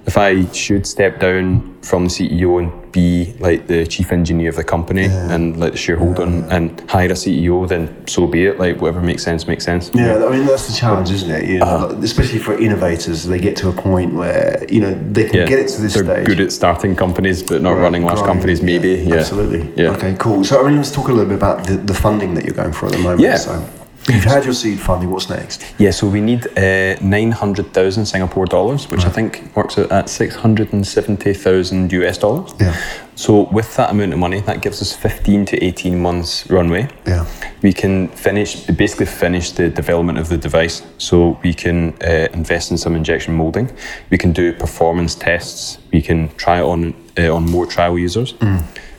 C: If I should step down from the CEO and be like the chief engineer of the company and like the shareholder and, and hire a CEO, then so be it. Like, whatever makes sense makes sense.
B: Yeah, I mean that's the challenge, isn't it? You know,
C: Uh-huh.
B: like, especially for innovators, they get to a point where you know they can
C: Yeah,
B: get it to this
C: they're
B: stage.
C: good at starting companies, but not
B: Right,
C: running large
B: growing,
C: companies. Maybe, yeah,
B: absolutely.
C: Yeah.
B: Okay, cool. So I mean, let's talk a little bit about the, the funding that you're going for at the moment.
C: Yeah.
B: So you've had your seed funding. What's next?
C: Yeah, so we need uh, 900,000 Singapore dollars, which I think works out at 670,000 US dollars.
B: Yeah.
C: So, with that amount of money, that gives us 15 to 18 months runway.
B: Yeah.
C: We can finish, basically finish the development of the device. So, we can uh, invest in some injection molding. We can do performance tests. We can try it on, uh, on more trial users.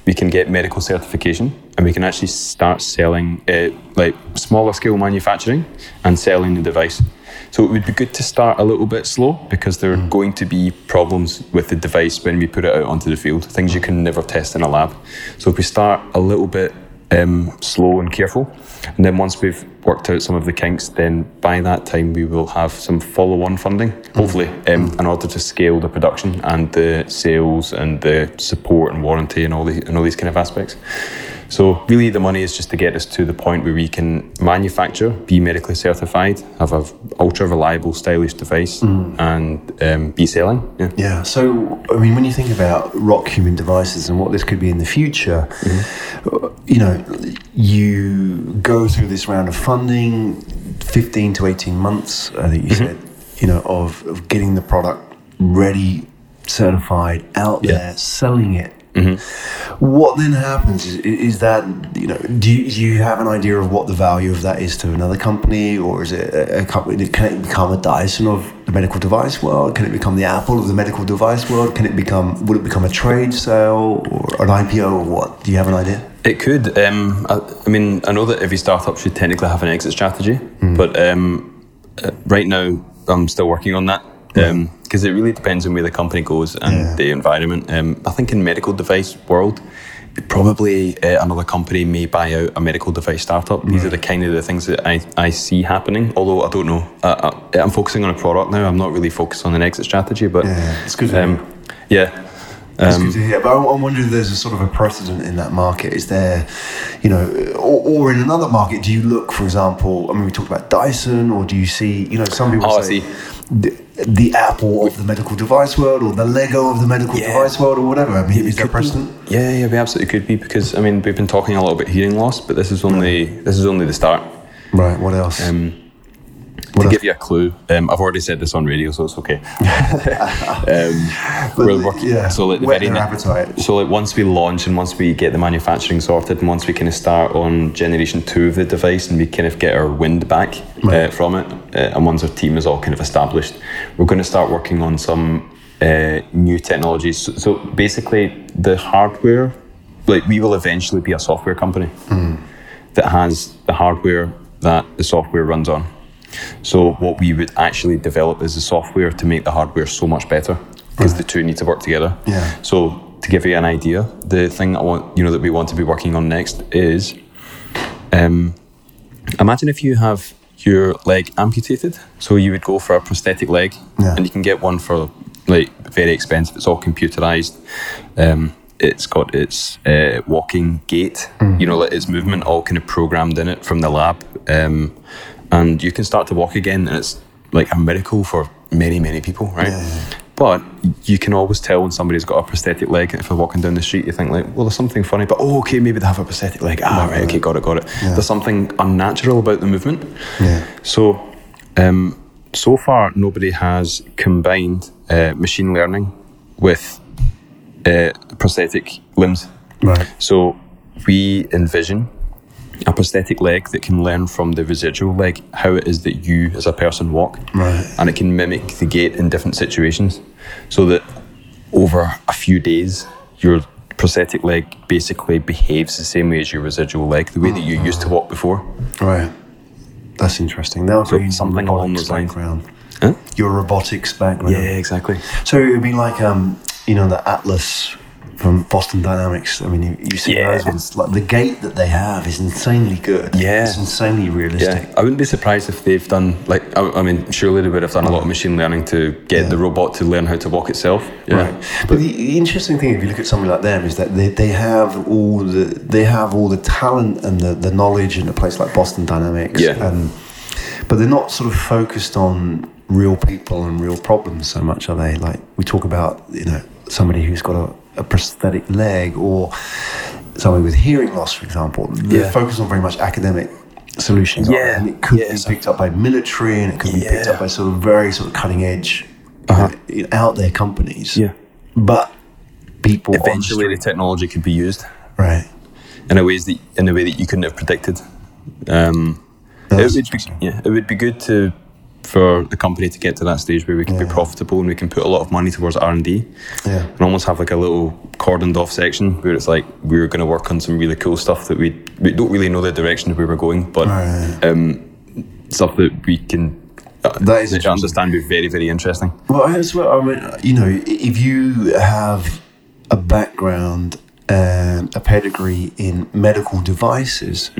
C: We can get medical certification and we can actually start selling uh, like smaller scale manufacturing and selling the device. So it would be good to start a little bit slow because there are going to be problems with the device when we put it out onto the field, things you can never test in a lab. So if we start a little bit um, slow and careful, and then once we've worked out some of the kinks, then by that time we will have some follow on funding, hopefully, um, in order to scale the production and the sales and the support and warranty and all, the, and all these kind of aspects. So really, the money is just to get us to the point where we can manufacture, be medically certified, have a ultra reliable, stylish device, and um, be selling. Yeah.
B: Yeah. So I mean, when you think about rock human devices and what this could be in the future,
C: Mm-hmm.
B: uh, you know, you go through this round of funding, fifteen to eighteen months. I think you
C: Mm-hmm.
B: said, you know, of, of getting the product ready, certified, out there, selling it. What then happens is, is that you know do you, do you have an idea of what the value of that is to another company or is it a, a company can it become a Dyson of the medical device world can it become the Apple of the medical device world can it become will it become a trade sale or an IPO or what do you have an idea
C: It could. Um, I, I mean, I know that every startup should technically have an exit strategy,
B: Hmm.
C: but um, uh, right now I'm still working on that because it really depends on where the company goes and
B: Yeah.
C: the environment. Um, I think in medical device world, probably uh, another company may buy out a medical device startup. These are the kind of the things that I, I see happening. Although I don't know, I, I, I'm focusing on a product now. I'm not really focused on an exit strategy, but
B: Yeah, it's good to hear.
C: Um, yeah.
B: That's
C: Um,
B: good to hear. But I'm I'm wondering if there's a sort of a precedent in that market. Is there, you know, or, or in another market, do you look, for example, I mean, we talked about Dyson, or do you see, you know, some people
C: Oh, I
B: say
C: see.
B: the, the Apple of the medical device world, or the Lego of the medical
C: Yeah.
B: device world, or whatever? I mean, is there
C: could be.
B: precedent?
C: Yeah, yeah, we absolutely could be because I mean we've been talking a little bit hearing loss, but this is only this is only the start.
B: Right. What else?
C: Um,
B: What
C: to
B: else?
C: give you a clue, um, I've already said this on radio, so it's okay. um,
B: But
C: we're
B: the-
C: working,
B: yeah,
C: so like the
B: whet
C: very
B: their
C: ne-
B: appetite.
C: So like once we launch and once we get the manufacturing sorted and once we kind of start on generation two of the device and we kind of get our wind back uh,
B: Right.
C: from it, uh, and once our team is all kind of established, we're going to start working on some uh, new technologies. So, so basically, the hardware, like we will eventually be a software company that has the hardware that the software runs on. So what we would actually develop is the software to make the hardware so much better because the two need to work together.
B: Yeah.
C: So to give you an idea, the thing I want you know that we want to be working on next is um, imagine if you have your leg amputated. So you would go for a prosthetic leg,
B: Yeah.
C: and you can get one for like very expensive. It's all computerized. Um, it's got its uh, walking gait, you know, like its movement all kind of programmed in it from the lab, um, and you can start to walk again. And it's like a miracle for many, many people, right? But you can always tell when somebody's got a prosthetic leg. If they're walking down the street, you think like, well, there's something funny, but oh, okay, maybe they have a prosthetic leg. Ah, right, okay, got it, got it. There's something unnatural about the movement.
B: Yeah.
C: So, um, so far, nobody has combined uh, machine learning with uh, prosthetic limbs.
B: Right.
C: So we envision a prosthetic leg that can learn from the residual leg how it is that you as a person walk.
B: Right.
C: And it can mimic the gait in different situations. So that over a few days, your prosthetic leg basically behaves the same way as your residual leg, the way that you used to walk before.
B: Right. That's interesting. Now I've got
C: something along those lines.
B: background.
C: Huh?
B: Your robotics background.
C: exactly.
B: So it would be like, um, you know, the Atlas from Boston Dynamics. I mean, you, you see
C: Yeah.
B: those ones. Like the gait that they have is insanely good.
C: Yeah.
B: It's insanely realistic.
C: Yeah, I wouldn't be surprised if they've done like I, I mean, surely they would have done a lot of machine learning to get the robot to learn how to walk itself. Yeah,
B: Right. But the, the interesting thing, if you look at somebody like them, is that they, they have all the they have all the talent and the, the knowledge in a place like Boston Dynamics.
C: Yeah.
B: And, but they're not sort of focused on real people and real problems so much, are they? Like we talk about, you know, somebody who's got a, a prosthetic leg or somebody with hearing loss, for example. They're
C: Yeah.
B: focused on very much academic solutions. aren't they?
C: Yeah.
B: And it could
C: Yeah,
B: be
C: so-
B: picked up by military and it could be picked
C: Yeah.
B: up by sort of very sort of cutting edge
C: Uh-huh.
B: you know, out there companies.
C: Yeah.
B: But people on the
C: eventually the technology could be used
B: street- right.
C: in a ways that in a way that you couldn't have predicted. Um,
B: No,
C: it
B: that's
C: would be
B: interesting.
C: yeah, it would be good to for the company to get to that stage where we can be profitable and we can put a lot of money towards R and D.
B: Yeah.
C: and almost have like a little cordoned off section where it's like we're going to work on some really cool stuff that we we don't really know the direction we were going, but
B: Right.
C: um, stuff that we can. Uh,
B: That is
C: that I understand would be very, very interesting.
B: Well, I as well. I mean, you know, i- if you have a background and a pedigree in medical devices,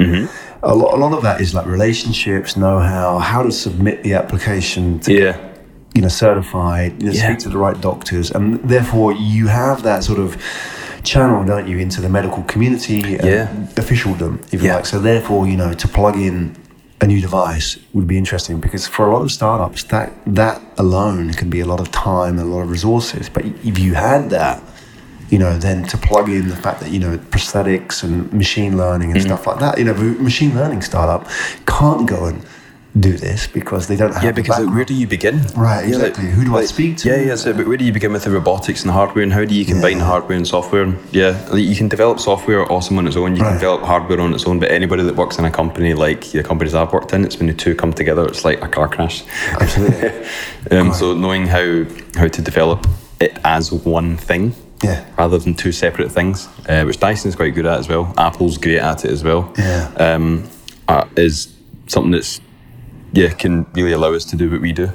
B: a, lot, a lot of that is like relationships, know-how, how to submit the application to
C: Yeah.
B: you know, certified, you know,
C: Yeah.
B: speak to the right doctors, and therefore you have that sort of channel, don't you, into the medical community, and
C: Yeah.
B: officialdom, if you
C: Yeah.
B: like. So therefore, you know, to plug in a new device would be interesting because for a lot of startups, that that alone can be a lot of time and a lot of resources. But if you had that, you know, then to plug in the fact that you know prosthetics and machine learning
C: Mm-hmm.
B: and stuff like that, you know, a machine learning startup can't go and do this because they don't have
C: Yeah,
B: the
C: because like,
B: background.
C: where do you begin?
B: Right,
C: Yeah, like-
B: exactly. Who do I speak to?
C: Yeah, yeah. So, but where do you begin with the robotics and the hardware, and how do you combine hardware and software? Yeah, like, you can develop software awesome on its own. You
B: Right.
C: can develop hardware on its own. But anybody that works in a company like the companies I've worked in, it's when the two come together, it's like a car crash.
B: Absolutely.
C: um, so knowing how how to develop it as one thing.
B: Yeah.
C: Rather than two separate things, uh, which Dyson's quite good at as well. Apple's great at it as well.
B: Yeah.
C: Um, uh, is something that's yeah can really allow us to do what we do.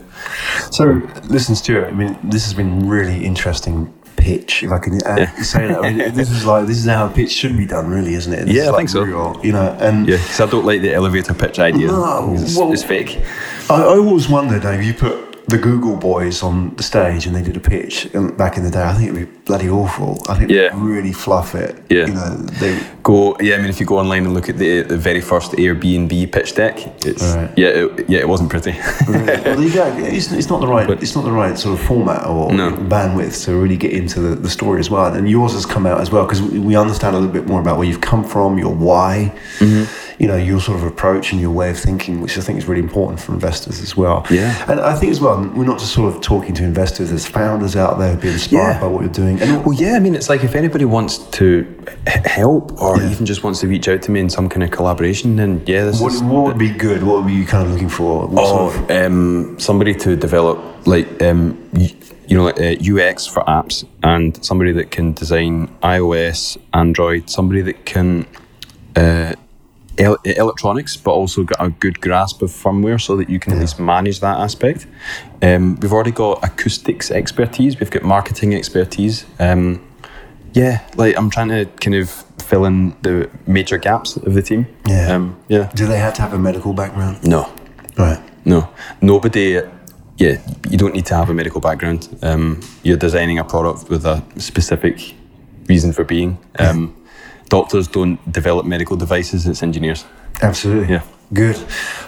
B: So, listen, Stuart. I mean, this has been really interesting pitch. If I can uh,
C: Yeah.
B: say that, I mean, this is like this is how a pitch should be done, really, isn't it? This
C: Yeah,
B: is
C: I
B: like
C: think so.
B: real, you know, and
C: Yeah, because I don't like the elevator pitch idea.
B: No,
C: it's,
B: well-
C: it's fake.
B: I, I always wonder, Dave. You put the Google boys on the stage and they did a pitch and back in the day. I think it'd be bloody awful. I think
C: Yeah.
B: they'd really fluff it.
C: Yeah.
B: you know, they,
C: Go, yeah. I mean, if you go online and look at the, the very first Airbnb pitch deck, it's
B: Right.
C: yeah, it, yeah, it wasn't pretty.
B: well, there you go. It's, it's not the right.
C: But-
B: it's not the right sort of format or
C: No.
B: bandwidth to really get into the, the story as well. And yours has come out as well because we we understand a little bit more about where you've come from, your why,
C: Mm-hmm.
B: you know, your sort of approach and your way of thinking, which I think is really important for investors as well.
C: Yeah.
B: and I think as well, we're not just sort of talking to investors. There's founders out there who'd be inspired
C: Yeah.
B: by what you're doing. And
C: well, yeah. I mean, it's like if anybody wants to h- help or even just wants to reach out to me in some kind of collaboration, then yeah, this
B: what,
C: is
B: what would be good? What would be you kind of looking for? What sort of-
C: Oh, um, somebody to develop like um, y- you know uh, UX for apps, and somebody that can design iOS, Android, somebody that can uh, el- electronics, but also got a good grasp of firmware, so that you can at least manage that aspect. Um, we've already got acoustics expertise. We've got marketing expertise. Um, yeah, like I'm trying to kind of fill in the major gaps of the team.
B: Yeah.
C: Um, yeah.
B: do they have to have a medical background?
C: No.
B: Right.
C: No, nobody. Yeah, you don't need to have a medical background. Um, you're designing a product with a specific reason for being. Um, doctors don't develop medical devices; it's engineers.
B: Absolutely.
C: Yeah.
B: Good.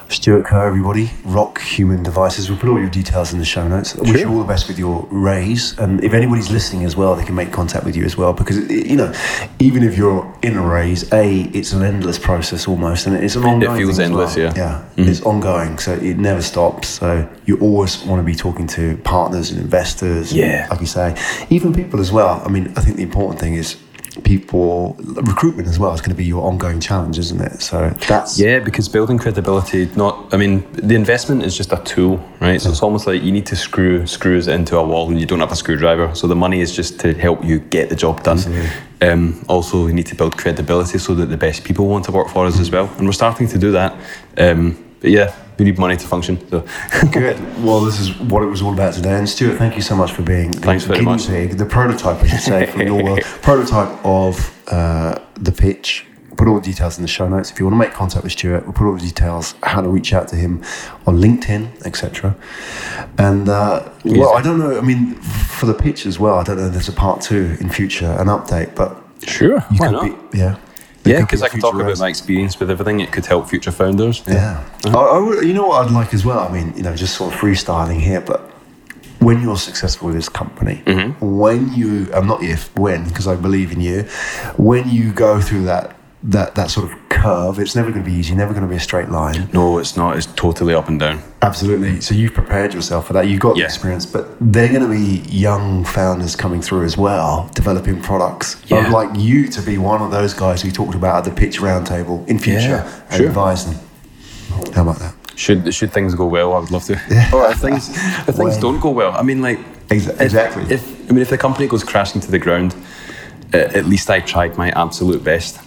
B: Stuart Kerr, everybody. Rock Human Devices. We'll put all your details in the show notes. I wish you all the best with your raise. And if anybody's listening as well, they can make contact with you as well. Because, it- you know, even if you're in a raise, A, it's an endless process almost. And it's an ongoing thing
C: feels
B: as
C: endless,
B: well.
C: yeah. Mm-hmm.
B: Yeah. It's ongoing. So it never stops. So you always want to be talking to partners and investors. and,
C: Yeah.
B: like you say, even people as well. I mean, I think the important thing is people recruitment as well is going to be your ongoing challenge, isn't it? So that's
C: Yeah, because building credibility, not I mean, the investment is just a tool, right? So it's almost like you need to screw screws into a wall and you don't have a screwdriver. So the money is just to help you get the job done. Um, also, you need to build credibility so that the best people want to work for us as well. And we're starting to do that. Um, but yeah, we need money to function. So
B: good. Well, this is what it was all about today. And Stuart, thank you so much for being the
C: Thanks very much.
B: guinea pig, the prototype, I should say, from your world, prototype of uh, the pitch. Put all the details in the show notes. If you want to make contact with Stuart, we'll put all the details how to reach out to him on LinkedIn, etc. And uh, well, I don't know. I mean, for the pitch as well, I don't know. if There's a part two in future, an update, but
C: sure, why
B: could
C: not?
B: be- yeah.
C: yeah,
B: could be
C: because
B: a
C: I can talk
B: future
C: about
B: raise.
C: my experience with everything. It could help future founders.
B: Yeah. I- I would- you know what I'd like as well? I mean, you know, just sort of freestyling here, but when you're successful with this company,
C: Mm-hmm.
B: when you, I'm not if, when, because I believe in you, when you go through that, that, that sort of curve, it's never going to be easy, never going to be a straight line.
C: No, it's not. It's totally up and down.
B: Absolutely. So you've prepared yourself for that. You've got the
C: Yeah.
B: experience, but they're going to be young founders coming through as well, developing products.
C: Yeah.
B: I'd like you to be one of those guys we talked about at the pitch roundtable in future
C: Yeah,
B: and
C: sure.
B: advise them. How about that?
C: Should should things go well, I would love to. Or if things if things
B: Well-
C: don't go well, I mean, like
B: Ex-
C: if-
B: exactly.
C: If, I mean, if the company goes crashing to the ground, uh, at least I tried my absolute best.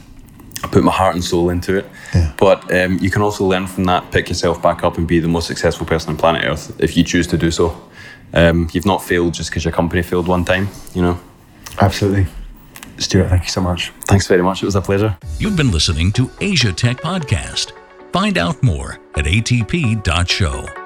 C: I put my heart and soul into it.
B: Yeah.
C: But um, you can also learn from that, pick yourself back up, and be the most successful person on planet Earth if you choose to do so. Um, you've not failed just because your company failed one time, you know.
B: Absolutely. Stuart, thank you so much.
C: Thanks very much. It was a pleasure.
A: You've been listening to Asia Tech Podcast. Find out more at atp.show.